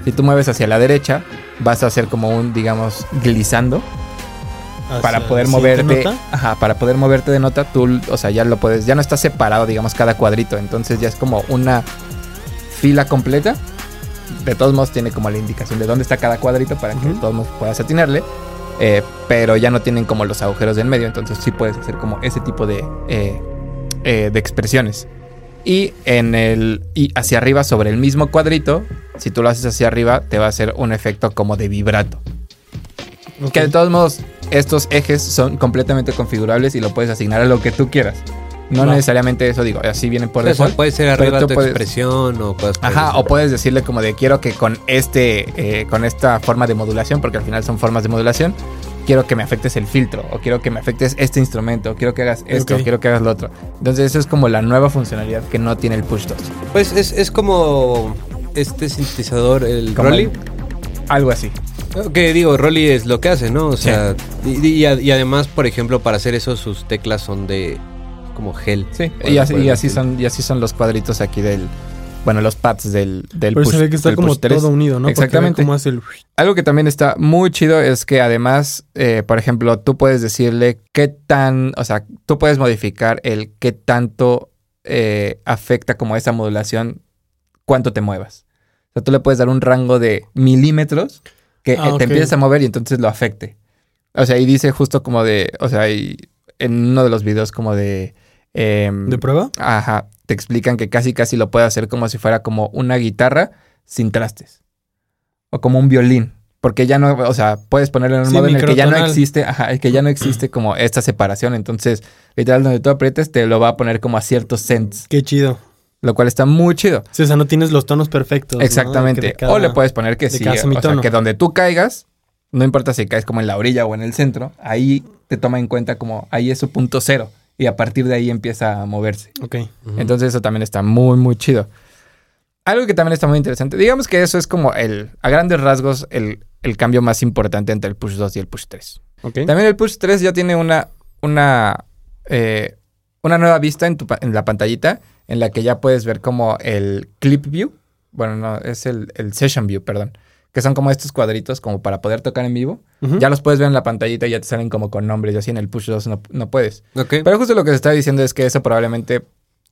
[SPEAKER 2] Si tú mueves hacia la derecha, vas a hacer como un, digamos, glissando para
[SPEAKER 3] Hacia
[SPEAKER 2] poder
[SPEAKER 3] la siguiente
[SPEAKER 2] moverte,
[SPEAKER 3] nota.
[SPEAKER 2] ajá, para poder moverte de nota, tú, o sea, ya lo puedes, ya no está separado, digamos, cada cuadrito, entonces ya es como una fila completa. De todos modos tiene como la indicación de dónde está cada cuadrito para que
[SPEAKER 3] Ujú.
[SPEAKER 2] de todos modos puedas atinarle, eh, pero ya no tienen como los agujeros del medio, entonces sí puedes hacer como ese tipo de eh, eh, de expresiones. Y en el y hacia arriba sobre el mismo cuadrito, si tú lo haces hacia arriba, te va a hacer un efecto como de vibrato. Que de todos modos, estos ejes son completamente configurables y lo puedes asignar a lo que tú quieras. No,
[SPEAKER 3] Va.
[SPEAKER 2] necesariamente eso digo, así vienen por
[SPEAKER 1] O sea,
[SPEAKER 2] default.
[SPEAKER 1] puede ser
[SPEAKER 2] pero
[SPEAKER 1] arriba
[SPEAKER 2] tú
[SPEAKER 1] tu
[SPEAKER 2] puedes-
[SPEAKER 1] expresión o cosas por el
[SPEAKER 2] Ajá, o
[SPEAKER 1] estilo.
[SPEAKER 2] puedes decirle como de quiero que con este, eh, con esta forma de modulación, porque al final son formas de modulación, quiero que me afectes el filtro, o quiero que me afectes este instrumento, o quiero que hagas esto,
[SPEAKER 3] Ok.
[SPEAKER 2] o quiero que hagas lo otro. Entonces, eso es como la nueva funcionalidad que no tiene el push 2.
[SPEAKER 1] Pues es, es como este sintetizador, el
[SPEAKER 2] Como
[SPEAKER 1] Rolly.
[SPEAKER 2] Algo así.
[SPEAKER 1] Que digo, Rolly es lo que hace, ¿no? O sea, y, y a- y además, por ejemplo, para hacer eso, sus teclas son de como gel.
[SPEAKER 2] Sí.
[SPEAKER 1] Bueno,
[SPEAKER 2] Y así, y
[SPEAKER 1] bueno,
[SPEAKER 2] así
[SPEAKER 1] sí.
[SPEAKER 2] son, y así son los cuadritos aquí del. Bueno, los pads del, del
[SPEAKER 3] Pero
[SPEAKER 2] push.
[SPEAKER 3] se ve que está
[SPEAKER 2] del
[SPEAKER 3] como
[SPEAKER 2] push 3.
[SPEAKER 3] todo unido, ¿no? Porque ve
[SPEAKER 2] Exactamente.
[SPEAKER 3] cómo hace el...
[SPEAKER 2] Algo que también está muy chido es que además, eh, por ejemplo, tú puedes decirle qué tan, o sea, tú puedes modificar el qué tanto eh, afecta como esa modulación cuánto te muevas. O sea, tú le puedes dar un rango de milímetros que
[SPEAKER 3] Ah,
[SPEAKER 2] eh,
[SPEAKER 3] ok.
[SPEAKER 2] te empieces a mover y entonces lo afecte. O sea, y dice justo como de, o sea, y en uno de los videos como de... em,
[SPEAKER 3] ¿De prueba?
[SPEAKER 2] Ajá, te explican que casi casi lo puede hacer como si fuera como una guitarra sin trastes. O como un violín. Porque ya no, o sea, puedes ponerlo en un
[SPEAKER 3] Sí,
[SPEAKER 2] modo en el que ya no
[SPEAKER 3] microtonal.
[SPEAKER 2] existe, ajá, el que ya no existe como esta separación. Entonces, literal, donde tú aprietes, te lo va a poner como a ciertos cents,
[SPEAKER 3] Qué chido.
[SPEAKER 2] lo cual está muy chido.
[SPEAKER 3] Sí, o sea, no tienes los tonos perfectos. ¿no? Que
[SPEAKER 2] Exactamente.
[SPEAKER 3] de cada-
[SPEAKER 2] O le puedes poner que
[SPEAKER 3] de
[SPEAKER 2] sí,
[SPEAKER 3] cada
[SPEAKER 2] o sea,
[SPEAKER 3] semitono.
[SPEAKER 2] que donde tú caigas, no importa si caes como en la orilla o en el centro, ahí te toma en cuenta como ahí es su punto cero. Y a partir de ahí empieza a moverse.
[SPEAKER 3] Ok.
[SPEAKER 1] Ujú.
[SPEAKER 2] Entonces eso también está muy, muy chido. Algo que también está muy interesante, digamos que eso es como el, a grandes rasgos, el, el cambio más importante entre el push 2 y el push 3.
[SPEAKER 3] Ok.
[SPEAKER 2] También el push 3 ya tiene una, una, eh, una nueva vista en, tu pa- en la pantallita en la que ya puedes ver como el clip view, bueno, no, es el, el session view, perdón, que son como estos cuadritos como para poder tocar en vivo.
[SPEAKER 3] Ujú.
[SPEAKER 2] Ya los puedes ver en la pantallita y ya te salen como con nombres y así en el push 2 no, no puedes.
[SPEAKER 1] Ok.
[SPEAKER 2] Pero justo lo que se está diciendo es que eso probablemente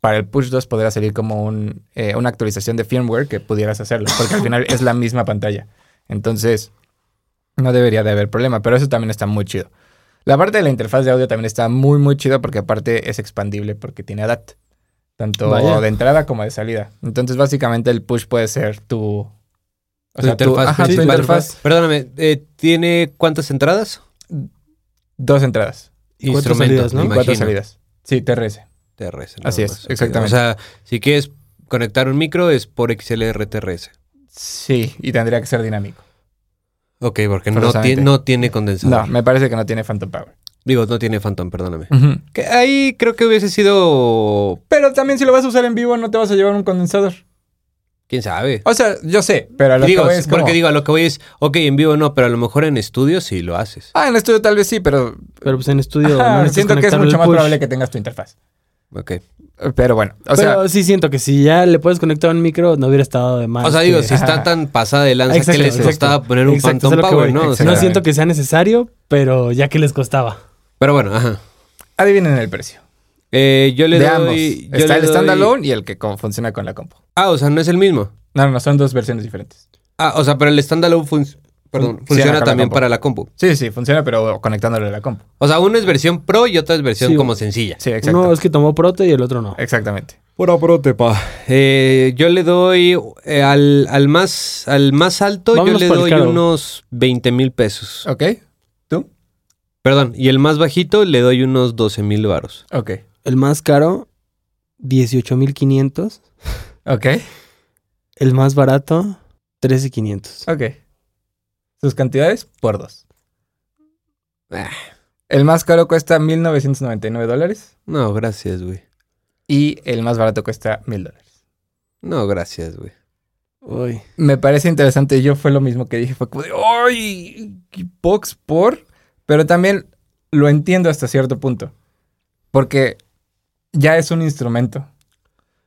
[SPEAKER 2] para el push 2 podría salir como un, eh, una actualización de firmware que pudieras hacerlo, porque al final es la misma pantalla. Entonces, no debería de haber problema, pero eso también está muy chido. La parte de la interfaz de audio también está muy, muy chida porque aparte es expandible porque tiene ADAT, tanto
[SPEAKER 3] Vaya.
[SPEAKER 2] de entrada como de salida. Entonces, básicamente el push puede ser tu... O
[SPEAKER 1] Tu
[SPEAKER 2] sea, tu-
[SPEAKER 1] interfaz
[SPEAKER 2] ajá, tu
[SPEAKER 1] principal.
[SPEAKER 2] interfaz,
[SPEAKER 1] Perdóname, eh, ¿tiene cuántas entradas?
[SPEAKER 2] dos entradas
[SPEAKER 3] Y cuatro salidas, ¿no?
[SPEAKER 2] y
[SPEAKER 1] me
[SPEAKER 2] cuatro
[SPEAKER 1] imagino.
[SPEAKER 2] salidas. Sí, TRS.
[SPEAKER 1] TRS. nada
[SPEAKER 2] Así es,
[SPEAKER 1] más, ok.
[SPEAKER 2] exactamente.
[SPEAKER 1] O sea, si quieres conectar un micro es por XLR TRS.
[SPEAKER 2] Sí, y tendría que ser dinámico.
[SPEAKER 1] Ok, porque no,
[SPEAKER 2] Forzosamente.
[SPEAKER 1] tiene- no tiene
[SPEAKER 2] No,
[SPEAKER 1] condensador.
[SPEAKER 2] me parece que no tiene Phantom Power.
[SPEAKER 1] Digo, no tiene Phantom, perdóname. Que ahí creo que hubiese sido...
[SPEAKER 2] Pero también si lo vas a usar en vivo no te vas a llevar un condensador.
[SPEAKER 1] ¿Quién sabe?
[SPEAKER 2] O sea, yo sé, pero a lo
[SPEAKER 1] Digo,
[SPEAKER 2] que voy es como-
[SPEAKER 1] porque digo, a lo que voy es, ok, en vivo no, pero a lo mejor en estudio sí lo haces.
[SPEAKER 2] Ah, en estudio tal vez sí, pero...
[SPEAKER 3] Pero pues en estudio...
[SPEAKER 2] Ajá,
[SPEAKER 3] no necesitas
[SPEAKER 2] siento que es
[SPEAKER 3] conectarle
[SPEAKER 2] mucho
[SPEAKER 3] el
[SPEAKER 2] más
[SPEAKER 3] push.
[SPEAKER 2] probable que tengas tu interfaz.
[SPEAKER 1] Ok.
[SPEAKER 2] Pero bueno, o
[SPEAKER 3] Pero
[SPEAKER 2] sea...
[SPEAKER 3] sí siento que si ya le puedes conectar un micro, no hubiera estado de más.
[SPEAKER 1] O
[SPEAKER 2] Ah,
[SPEAKER 1] sea, digo,
[SPEAKER 3] que-
[SPEAKER 1] si está
[SPEAKER 2] Ajá.
[SPEAKER 1] tan pasada de lanza
[SPEAKER 3] Exacto,
[SPEAKER 1] que les
[SPEAKER 3] exacto.
[SPEAKER 1] costaba poner un
[SPEAKER 3] Exacto, es a
[SPEAKER 1] Phantom
[SPEAKER 3] lo que
[SPEAKER 1] Power,
[SPEAKER 3] voy.
[SPEAKER 1] ¿no? O
[SPEAKER 3] No
[SPEAKER 1] sea,
[SPEAKER 3] siento que sea necesario, pero ya que les costaba.
[SPEAKER 1] Pero bueno, ajá.
[SPEAKER 2] Adivinen el precio.
[SPEAKER 1] Eh, yo le
[SPEAKER 2] De ambos.
[SPEAKER 1] doy... yo
[SPEAKER 2] Está
[SPEAKER 1] le
[SPEAKER 2] el
[SPEAKER 1] doy-
[SPEAKER 2] standalone y el que con- funciona con la compu.
[SPEAKER 1] Ah, o sea, no es el mismo.
[SPEAKER 2] No, no, son dos versiones diferentes.
[SPEAKER 1] Ah, o sea, pero el standalone func- perdón,
[SPEAKER 2] Funciona
[SPEAKER 1] funciona
[SPEAKER 2] con la
[SPEAKER 1] también
[SPEAKER 2] compu.
[SPEAKER 1] para la compu.
[SPEAKER 2] Sí, sí, funciona, pero conectándolo a la compu.
[SPEAKER 1] O sea, uno es versión pro y otra es versión
[SPEAKER 3] Sí.
[SPEAKER 1] como sencilla.
[SPEAKER 2] Sí, exacto.
[SPEAKER 3] Uno es que tomó prote y el otro no.
[SPEAKER 2] Exactamente.
[SPEAKER 1] Pura prote, pa. yo le doy eh, al, al más al más alto,
[SPEAKER 3] Vámonos
[SPEAKER 1] yo le
[SPEAKER 3] por el
[SPEAKER 1] doy
[SPEAKER 3] caro.
[SPEAKER 1] unos 20 mil pesos.
[SPEAKER 2] ¿Ok? ¿Tú?
[SPEAKER 1] Perdón, y el más bajito le doy unos 12 mil varos.
[SPEAKER 2] Ok.
[SPEAKER 3] El más caro, 18.500.
[SPEAKER 2] Ok.
[SPEAKER 3] El más barato, 13.500.
[SPEAKER 2] Ok. Sus cantidades por dos.
[SPEAKER 1] Ah.
[SPEAKER 2] El más caro cuesta 1.999 dólares
[SPEAKER 1] No, gracias, güey.
[SPEAKER 2] y el más barato cuesta 1.000 dólares.
[SPEAKER 1] No, gracias, güey.
[SPEAKER 3] Uy.
[SPEAKER 2] Me parece interesante. Yo fue lo mismo que dije. Fue como de, ¡ay! Box por... Pero también lo entiendo hasta cierto punto. Porque ya es un instrumento.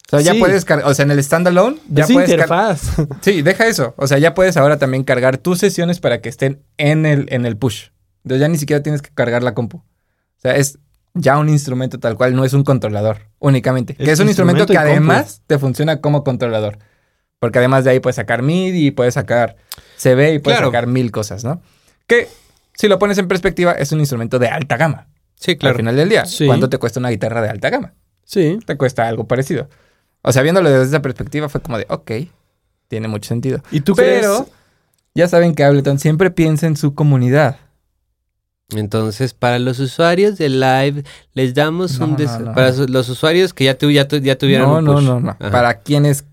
[SPEAKER 2] O sea, ya
[SPEAKER 3] Sí.
[SPEAKER 2] puedes cargar... O sea, en el standalone ya
[SPEAKER 3] es
[SPEAKER 2] puedes car-
[SPEAKER 3] interfaz.
[SPEAKER 2] Sí, deja eso. O sea, ya puedes ahora también cargar tus sesiones para que estén en el, en el push. Entonces ya ni siquiera tienes que cargar la compu. O sea, es ya un instrumento tal cual, no es un controlador únicamente. que
[SPEAKER 3] Es
[SPEAKER 2] es un instrumento,
[SPEAKER 3] instrumento
[SPEAKER 2] que
[SPEAKER 3] y compu.
[SPEAKER 2] además te funciona como controlador. Porque además de ahí puedes sacar MIDI, puedes sacar CB y puedes
[SPEAKER 1] Claro.
[SPEAKER 2] sacar mil cosas, ¿no? Que si lo pones en perspectiva, es un instrumento de alta gama.
[SPEAKER 1] Sí,
[SPEAKER 2] Al
[SPEAKER 1] claro.
[SPEAKER 2] final del día,
[SPEAKER 3] Sí.
[SPEAKER 2] ¿cuánto te cuesta una guitarra de alta gama?
[SPEAKER 3] Sí.
[SPEAKER 2] te cuesta algo parecido. O sea, viéndolo desde esa perspectiva fue como de, ok, tiene mucho sentido.
[SPEAKER 3] ¿Y tú
[SPEAKER 2] Pero
[SPEAKER 3] crees?
[SPEAKER 2] ya saben que Ableton siempre piensa en su comunidad.
[SPEAKER 1] Entonces, para los usuarios de Live, les damos
[SPEAKER 2] No,
[SPEAKER 1] un...
[SPEAKER 2] no,
[SPEAKER 1] des-
[SPEAKER 2] no.
[SPEAKER 1] Para su- los usuarios que ya, tu- ya, tu- ya tuvieron
[SPEAKER 2] No,
[SPEAKER 1] un
[SPEAKER 2] no,
[SPEAKER 1] push.
[SPEAKER 2] no, no.
[SPEAKER 1] Ajá.
[SPEAKER 2] Para quienes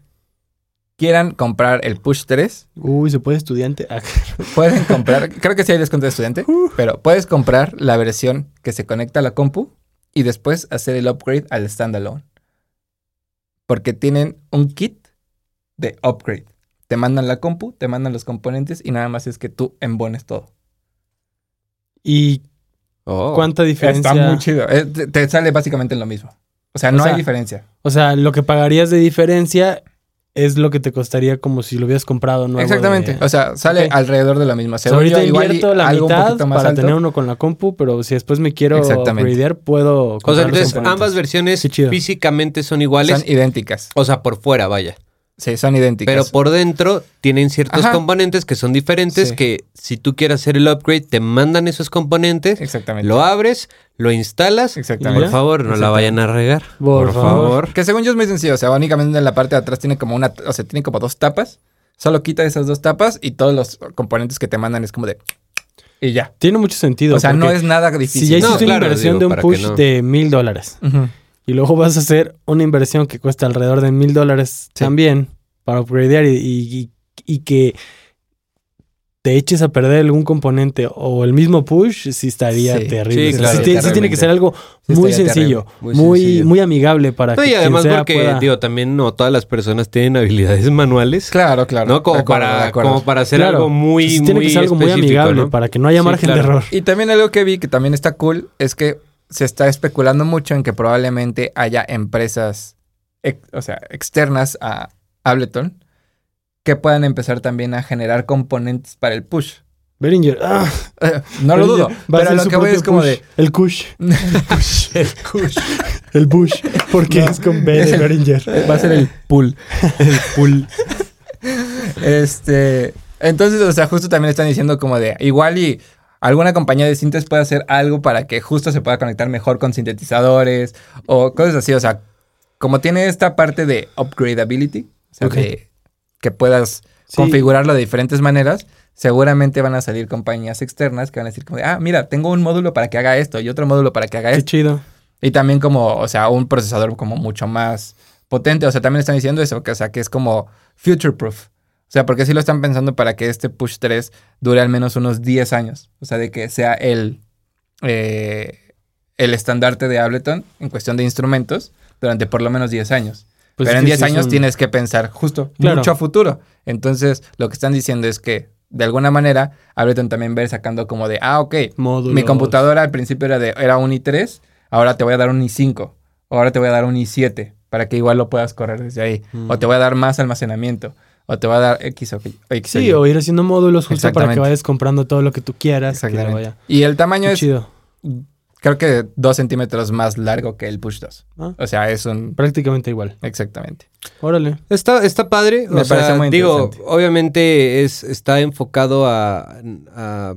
[SPEAKER 2] quieran comprar el Push 3,
[SPEAKER 3] Uy, ¿se puede estudiante? Ah,
[SPEAKER 2] pueden comprar, creo que sí hay descuento de estudiante, pero puedes comprar la versión que se conecta a la compu y después hacer el upgrade al standalone. Porque tienen un kit de upgrade. Te mandan la compu, te mandan los componentes y nada más es que tú embones todo.
[SPEAKER 3] ¿Y
[SPEAKER 1] Oh.
[SPEAKER 3] cuánta diferencia?
[SPEAKER 2] Está muy chido. Eh, te, te sale básicamente lo mismo. O sea,
[SPEAKER 3] O
[SPEAKER 2] no
[SPEAKER 3] sea-
[SPEAKER 2] hay diferencia.
[SPEAKER 3] O sea, lo que pagarías de diferencia es lo que te costaría como si lo hubieras comprado nuevo.
[SPEAKER 2] Exactamente.
[SPEAKER 3] de-
[SPEAKER 2] O sea, sale
[SPEAKER 3] Ok.
[SPEAKER 2] alrededor de la misma.
[SPEAKER 3] O sea,
[SPEAKER 2] Según
[SPEAKER 3] ahorita
[SPEAKER 2] yo, igual y
[SPEAKER 3] invierto la
[SPEAKER 2] algo un
[SPEAKER 3] mitad
[SPEAKER 2] poquito más
[SPEAKER 3] para
[SPEAKER 2] alto.
[SPEAKER 3] tener uno con la compu, pero si después me quiero
[SPEAKER 2] Exactamente.
[SPEAKER 3] upgradear, puedo
[SPEAKER 1] O sea,
[SPEAKER 3] comprar los
[SPEAKER 1] entonces
[SPEAKER 3] componentes.
[SPEAKER 1] ambas versiones
[SPEAKER 3] Sí, chido.
[SPEAKER 1] físicamente son iguales.
[SPEAKER 2] Son idénticas.
[SPEAKER 1] O sea, por fuera, vaya.
[SPEAKER 2] Sí, son idénticas.
[SPEAKER 1] Pero por dentro tienen ciertos
[SPEAKER 2] Ajá.
[SPEAKER 1] componentes que son diferentes
[SPEAKER 2] Sí.
[SPEAKER 1] que si tú quieres hacer el upgrade, te mandan esos componentes,
[SPEAKER 2] Exactamente.
[SPEAKER 1] lo abres, lo instalas.
[SPEAKER 2] Exactamente.
[SPEAKER 1] Por favor, no la
[SPEAKER 2] Exactamente.
[SPEAKER 1] vayan a regar.
[SPEAKER 3] Por favor.
[SPEAKER 2] Que según yo es muy sencillo. O sea, únicamente en la parte de atrás tiene como una, o sea, tiene como dos tapas. Solo quita esas dos tapas y todos los componentes que te mandan es como de y ya.
[SPEAKER 3] Tiene mucho sentido.
[SPEAKER 2] O sea, no
[SPEAKER 3] porque
[SPEAKER 2] es nada difícil.
[SPEAKER 3] Si ya
[SPEAKER 1] No,
[SPEAKER 3] hiciste una
[SPEAKER 1] claro,
[SPEAKER 3] inversión
[SPEAKER 1] digo,
[SPEAKER 3] de un
[SPEAKER 1] para que
[SPEAKER 3] push
[SPEAKER 1] no.
[SPEAKER 3] de mil dólares
[SPEAKER 2] Ujú.
[SPEAKER 3] y luego vas a hacer una inversión que cuesta alrededor de mil dólares
[SPEAKER 2] Sí.
[SPEAKER 3] también para upgradear y, y- y que te eches a perder algún componente o el mismo push, sí estaría
[SPEAKER 2] Sí.
[SPEAKER 3] terrible.
[SPEAKER 1] Sí,
[SPEAKER 3] O sea,
[SPEAKER 1] claro,
[SPEAKER 3] sí tiene- sí tiene
[SPEAKER 2] terriblemente.
[SPEAKER 3] que ser algo
[SPEAKER 2] Sí,
[SPEAKER 3] muy
[SPEAKER 2] estaría
[SPEAKER 3] sencillo,
[SPEAKER 1] Muy
[SPEAKER 3] muy,
[SPEAKER 1] sencillo.
[SPEAKER 3] muy amigable para
[SPEAKER 1] No,
[SPEAKER 3] que
[SPEAKER 1] y
[SPEAKER 3] quien
[SPEAKER 1] además
[SPEAKER 3] sea
[SPEAKER 1] porque,
[SPEAKER 3] pueda-
[SPEAKER 1] digo, también no todas las personas tienen habilidades manuales,
[SPEAKER 2] Claro, claro.
[SPEAKER 1] ¿no? Como,
[SPEAKER 2] De acuerdo, de
[SPEAKER 1] para,
[SPEAKER 2] acuerdo.
[SPEAKER 1] como para hacer
[SPEAKER 3] Claro.
[SPEAKER 1] algo muy,
[SPEAKER 3] Entonces,
[SPEAKER 1] muy
[SPEAKER 3] tiene que ser algo muy
[SPEAKER 1] específico,
[SPEAKER 3] amigable
[SPEAKER 1] ¿no?
[SPEAKER 3] para que no haya
[SPEAKER 1] Sí,
[SPEAKER 3] margen de
[SPEAKER 1] claro.
[SPEAKER 3] error.
[SPEAKER 2] Y también algo que vi que también está cool es que se está especulando mucho en que probablemente haya empresas, ex- o sea, externas a Ableton que puedan empezar también a generar componentes para el push.
[SPEAKER 3] Beringer, ah,
[SPEAKER 2] Eh, No lo
[SPEAKER 3] Beringer
[SPEAKER 2] dudo,
[SPEAKER 3] va a
[SPEAKER 2] pero
[SPEAKER 3] hacer
[SPEAKER 2] lo
[SPEAKER 3] su
[SPEAKER 2] que voy
[SPEAKER 3] propio
[SPEAKER 2] es como
[SPEAKER 3] push,
[SPEAKER 2] de...
[SPEAKER 3] el Kush, el Bush, porque es con B de Beringer.
[SPEAKER 2] Va a ser el pull. El pull. este. Entonces, o sea, justo también están diciendo como de igual y alguna compañía de cintas puede hacer algo para que justo se pueda conectar mejor con sintetizadores o cosas así. O sea, como tiene esta parte de upgradability, o sea,
[SPEAKER 3] Ok.
[SPEAKER 2] de que puedas
[SPEAKER 3] Sí.
[SPEAKER 2] configurarlo de diferentes maneras. Seguramente van a salir compañías externas que van a decir como, de, ah, mira, tengo un módulo para que haga esto y otro módulo para que haga
[SPEAKER 3] Qué
[SPEAKER 2] esto.
[SPEAKER 3] chido.
[SPEAKER 2] Y también como, o sea, un procesador como mucho más potente. O sea, también están diciendo eso, que, o sea, que es como future proof. O sea, porque sí lo están pensando para que este Push 3 dure al menos unos 10 años. O sea, de que sea el, eh, el estandarte de Ableton en cuestión de instrumentos durante por lo menos 10 años.
[SPEAKER 3] Pues es
[SPEAKER 2] Pero en
[SPEAKER 3] que
[SPEAKER 2] 10
[SPEAKER 3] sí es
[SPEAKER 2] años
[SPEAKER 3] un-
[SPEAKER 2] tienes que pensar justo
[SPEAKER 3] Claro.
[SPEAKER 2] mucho a futuro. Entonces, lo que están diciendo es que, de alguna manera, Ableton también va a ir sacando como de, ah, ok,
[SPEAKER 3] módulos.
[SPEAKER 2] mi computadora al principio era, de, era un i3, ahora te voy a dar un i5, o ahora te voy a dar un i7, para que igual lo puedas correr desde ahí. O
[SPEAKER 3] Mm.
[SPEAKER 2] te voy a dar más almacenamiento, o te voy a dar X o Y. o X o
[SPEAKER 3] Sí,
[SPEAKER 2] Y.
[SPEAKER 3] o ir haciendo módulos justo para que
[SPEAKER 2] Exactamente.
[SPEAKER 3] vayas comprando todo lo que tú quieras. Que lo
[SPEAKER 2] Exactamente.
[SPEAKER 3] vaya.
[SPEAKER 2] Y el tamaño
[SPEAKER 3] Qué
[SPEAKER 2] es,
[SPEAKER 3] chido.
[SPEAKER 2] creo que, 2 centímetros más largo que el Push 2.
[SPEAKER 3] Ah.
[SPEAKER 2] O sea, es un...
[SPEAKER 3] Prácticamente igual.
[SPEAKER 2] Exactamente.
[SPEAKER 3] Órale.
[SPEAKER 1] Está, está padre. o
[SPEAKER 2] Me
[SPEAKER 1] sea,
[SPEAKER 2] parece muy
[SPEAKER 1] digo,
[SPEAKER 2] interesante.
[SPEAKER 1] obviamente es, está enfocado a, a,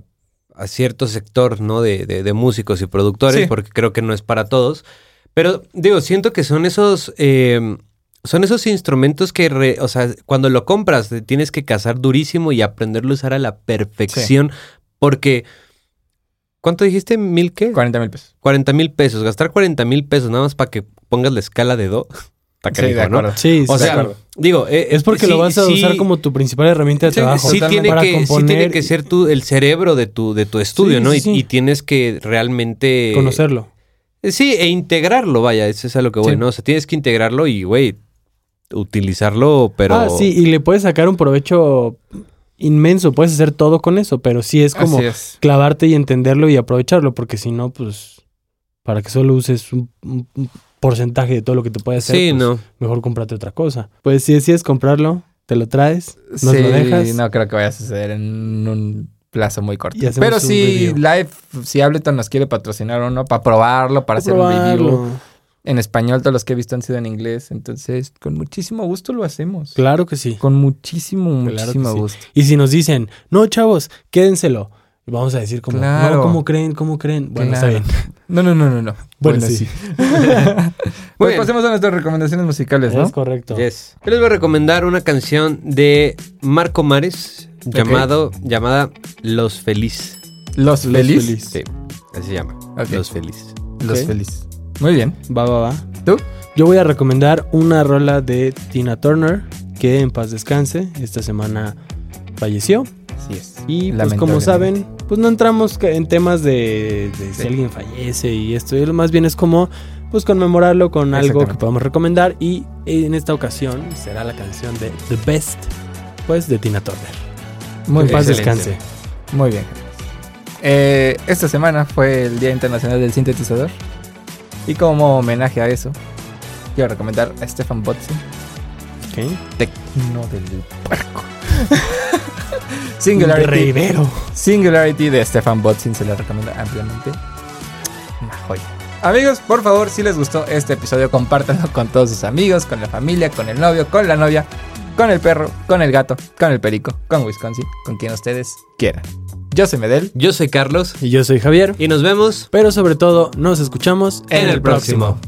[SPEAKER 1] a cierto sector, ¿no? De, de- de músicos y productores,
[SPEAKER 2] Sí.
[SPEAKER 1] porque creo que no es para todos. Pero digo, siento que son esos. eh, son esos instrumentos que, re- o sea, cuando lo compras te tienes que cazar durísimo y aprenderlo a usar a la perfección. Porque, ¿cuánto dijiste? ¿Mil qué?
[SPEAKER 2] 40 mil pesos.
[SPEAKER 1] 40 mil pesos. Gastar 40 mil pesos nada más para que pongas la escala de do. Está
[SPEAKER 2] Sí,
[SPEAKER 1] canijo,
[SPEAKER 2] de
[SPEAKER 1] ¿no?
[SPEAKER 2] acuerdo.
[SPEAKER 3] Sí,
[SPEAKER 1] O
[SPEAKER 2] de
[SPEAKER 3] sí.
[SPEAKER 1] sea,
[SPEAKER 2] acuerdo.
[SPEAKER 1] digo, eh,
[SPEAKER 3] es porque lo
[SPEAKER 1] sí-
[SPEAKER 3] vas a
[SPEAKER 1] sí-
[SPEAKER 3] usar como tu principal herramienta de
[SPEAKER 2] Sí,
[SPEAKER 3] trabajo.
[SPEAKER 1] Sí tiene,
[SPEAKER 3] para
[SPEAKER 1] que, sí
[SPEAKER 3] componer
[SPEAKER 1] tiene que
[SPEAKER 3] y
[SPEAKER 1] ser tu, el cerebro de tu, de tu estudio,
[SPEAKER 3] Sí,
[SPEAKER 1] ¿no?
[SPEAKER 3] sí,
[SPEAKER 1] Y-
[SPEAKER 3] sí.
[SPEAKER 1] Y, tienes que realmente...
[SPEAKER 3] conocerlo.
[SPEAKER 1] Sí, e integrarlo, vaya, eso es a lo que voy,
[SPEAKER 2] Sí.
[SPEAKER 1] ¿no? O sea, tienes que integrarlo y, güey, utilizarlo, pero...
[SPEAKER 3] Ah, sí, y le puedes sacar un provecho inmenso. Puedes hacer todo con eso, pero sí es como
[SPEAKER 2] Así es.
[SPEAKER 3] clavarte y entenderlo y aprovecharlo, porque si no, pues, para que solo uses un, un- un porcentaje de todo lo que te puede hacer,
[SPEAKER 1] Sí,
[SPEAKER 3] pues,
[SPEAKER 1] no.
[SPEAKER 3] mejor cómprate otra cosa. Pues si decides comprarlo, te lo traes, nos
[SPEAKER 2] sí,
[SPEAKER 3] lo dejas.
[SPEAKER 2] no creo que vaya a suceder en un plazo muy corto.
[SPEAKER 3] Y hacemos
[SPEAKER 2] Pero
[SPEAKER 3] un
[SPEAKER 2] si
[SPEAKER 3] review.
[SPEAKER 2] Live, si Ableton nos quiere patrocinar o no, para probarlo, para hacer un review.
[SPEAKER 3] Probarlo.
[SPEAKER 2] En español, todos los que he visto han sido en inglés. Entonces, con muchísimo gusto lo hacemos.
[SPEAKER 3] Claro que sí.
[SPEAKER 2] Con muchísimo,
[SPEAKER 3] Claro que
[SPEAKER 2] muchísimo
[SPEAKER 3] sí.
[SPEAKER 2] gusto.
[SPEAKER 3] Y si nos dicen, no, chavos, quédenselo. Y vamos a decir como,
[SPEAKER 2] Claro.
[SPEAKER 3] no, ¿cómo creen? ¿Cómo creen? Bueno, está
[SPEAKER 2] Claro.
[SPEAKER 3] bien.
[SPEAKER 2] No, no, no, no, no.
[SPEAKER 3] Bueno, sí.
[SPEAKER 2] pues
[SPEAKER 1] bien.
[SPEAKER 2] pasemos a nuestras recomendaciones musicales, pues, ¿no?
[SPEAKER 3] Es correcto.
[SPEAKER 1] Yes. Yo les voy a recomendar una canción de Marco Mares llamado, llamada Los Feliz.
[SPEAKER 2] Los Feliz. Eh,
[SPEAKER 3] Feliz.
[SPEAKER 1] Sí, así se llama.
[SPEAKER 2] Ok.
[SPEAKER 1] Los Feliz.
[SPEAKER 2] Los
[SPEAKER 3] Ok.
[SPEAKER 2] Feliz. Muy bien.
[SPEAKER 3] Va, va, va.
[SPEAKER 2] ¿Tú?
[SPEAKER 3] Yo voy a recomendar una rola de Tina Turner, que en paz descanse, esta semana falleció.
[SPEAKER 2] Así es.
[SPEAKER 3] Y pues como saben, pues no entramos ca- en temas de, de si
[SPEAKER 2] Sí.
[SPEAKER 3] alguien fallece y esto, y lo más bien es como pues conmemorarlo con algo que
[SPEAKER 2] Exactamente.
[SPEAKER 3] podamos recomendar y en esta ocasión será la canción de The Best, pues de Tina Turner.
[SPEAKER 2] Muy
[SPEAKER 3] en
[SPEAKER 2] bien.
[SPEAKER 3] paz
[SPEAKER 2] Excelente.
[SPEAKER 3] descanse.
[SPEAKER 2] Muy bien. Eh, esta semana fue el Día Internacional del Sintetizador. Y como homenaje a eso, quiero recomendar a Stefan Botzen,
[SPEAKER 3] ¿ok?
[SPEAKER 2] Tecno del Puerco.
[SPEAKER 3] De
[SPEAKER 2] Singularity,
[SPEAKER 3] Rivero.
[SPEAKER 2] Singularity de Stefan Botzin se la recomiendo ampliamente. Una joya. Amigos, por favor, si les gustó este episodio, compártanlo con todos sus amigos, con la familia, con el novio, con la novia, con el perro, con el gato, con el perico, con Wisconsin, con quien ustedes quieran. Yo soy Medel.
[SPEAKER 1] Yo soy Carlos
[SPEAKER 3] Y yo soy Javier,
[SPEAKER 1] y nos vemos
[SPEAKER 3] pero sobre todo nos escuchamos
[SPEAKER 1] en el próximo.